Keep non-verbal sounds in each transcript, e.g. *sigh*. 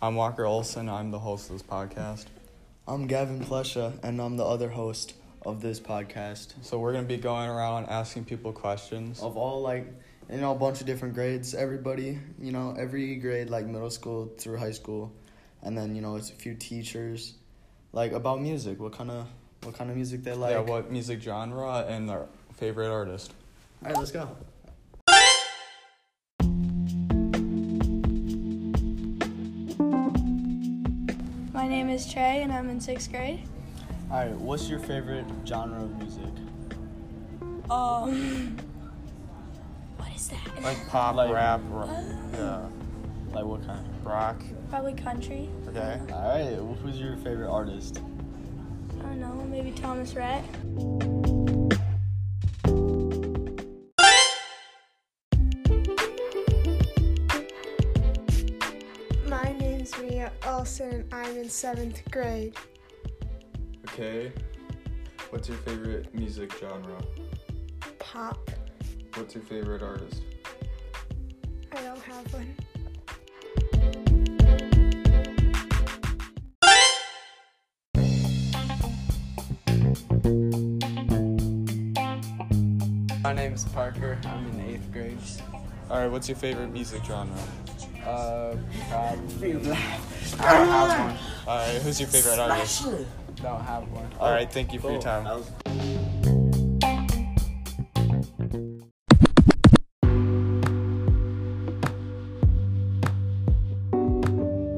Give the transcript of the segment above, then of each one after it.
I'm Walker Olson. I'm the host of this podcast. I'm Gavin Plesha, and I'm the other host of this podcast. So we're gonna be going around asking people questions. Of all like, you know, a bunch of different grades. Everybody, you know, every grade like middle school through high school, and then you know it's a few teachers, like about music. What kind of what kind of music they like? yeah, what music genre and their favorite artist. All right, let's go. My name is Trey and I'm in sixth grade. All right, what's your favorite genre of music? Um, *laughs* what is that? Like pop, Like- rap, rock, yeah, Like what kind? rock. Probably country. Okay. All right, who's your favorite artist? I don't know, maybe Thomas Rhett. My name's Mia Olson. I'm in seventh grade. Okay. What's your favorite music genre? Pop. What's your favorite artist? I don't have one. My name is Parker. I'm in eighth grade. All right. What's your favorite music genre? Uh, probably. I don't have one. All right. Who's your favorite artist? Don't have one. All right. Thank you for your time.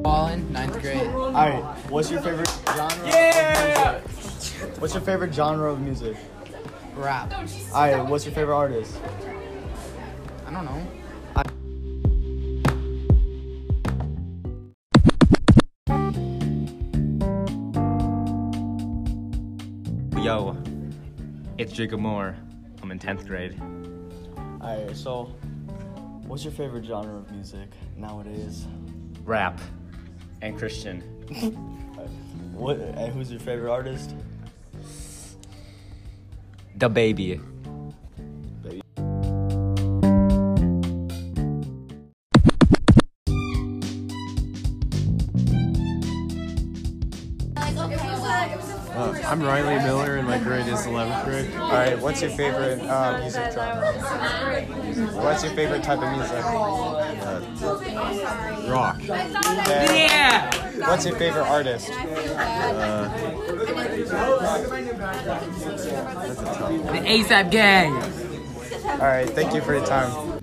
Fallen, ninth grade. All right, what's your favorite genre? Yeah! What's your favorite genre of music? Rap. All right, what's your favorite artist? I don't know. Yo, it's Jacob Moore. I'm in 10th grade. All right, so what's your favorite genre of music nowadays? Rap and Christian. What? And who's your favorite artist? The baby. I'm Riley Miller, and my grade is 11th grade. All right. What's your favorite uh, music genre? What's your favorite type of music? Rock. Okay. What's your favorite artist? Uh, The ASAP gang! All right. Thank you for your time.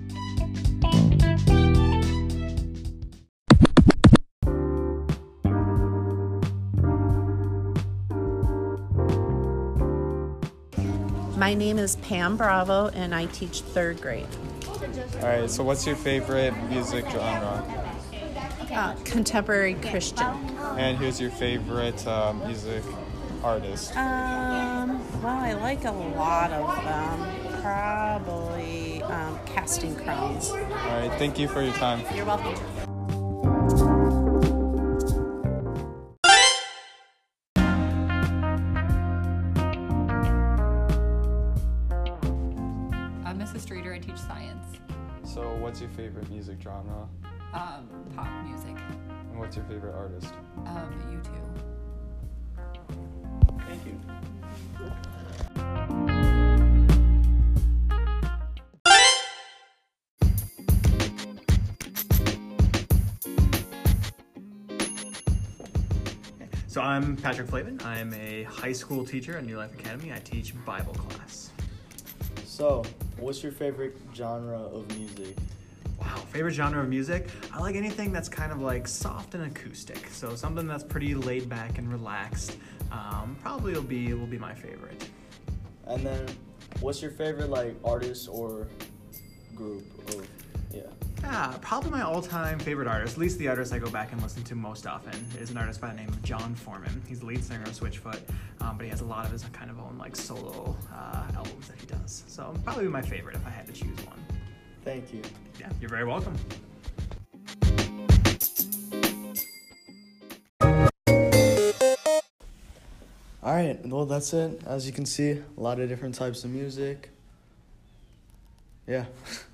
My name is Pam Bravo, and I teach third grade. All right. So, what's your favorite music genre? Uh, contemporary Christian. And who's your favorite um, music artist? Um, well, I like a lot of them. Probably um, Casting Crowns. All right. Thank you for your time. You're welcome. I'm Mrs. Streeter. I teach science, So, what's your favorite music genre? um, pop music. And what's your favorite artist? Um, you too. Thank you. So I'm Patrick Flavin. I'm a high school teacher at New Life Academy. I teach Bible class. So, what's your favorite genre of music? Wow, favorite genre of music? I like anything that's kind of like soft and acoustic. So something that's pretty laid back and relaxed. Um, probably will be will be my favorite. And then, what's your favorite like artist or group? Or yeah. Yeah, probably my all-time favorite artist, at least the artist I go back and listen to most often, is an artist by the name of John Foreman. He's the lead singer of Switchfoot, um, but he has a lot of his kind of own like solo uh, albums that he does. So probably my favorite if I had to choose one. Thank you. Yeah, you're very welcome. All right. Well, that's it. As you can see, a lot of different types of music. Yeah. *laughs*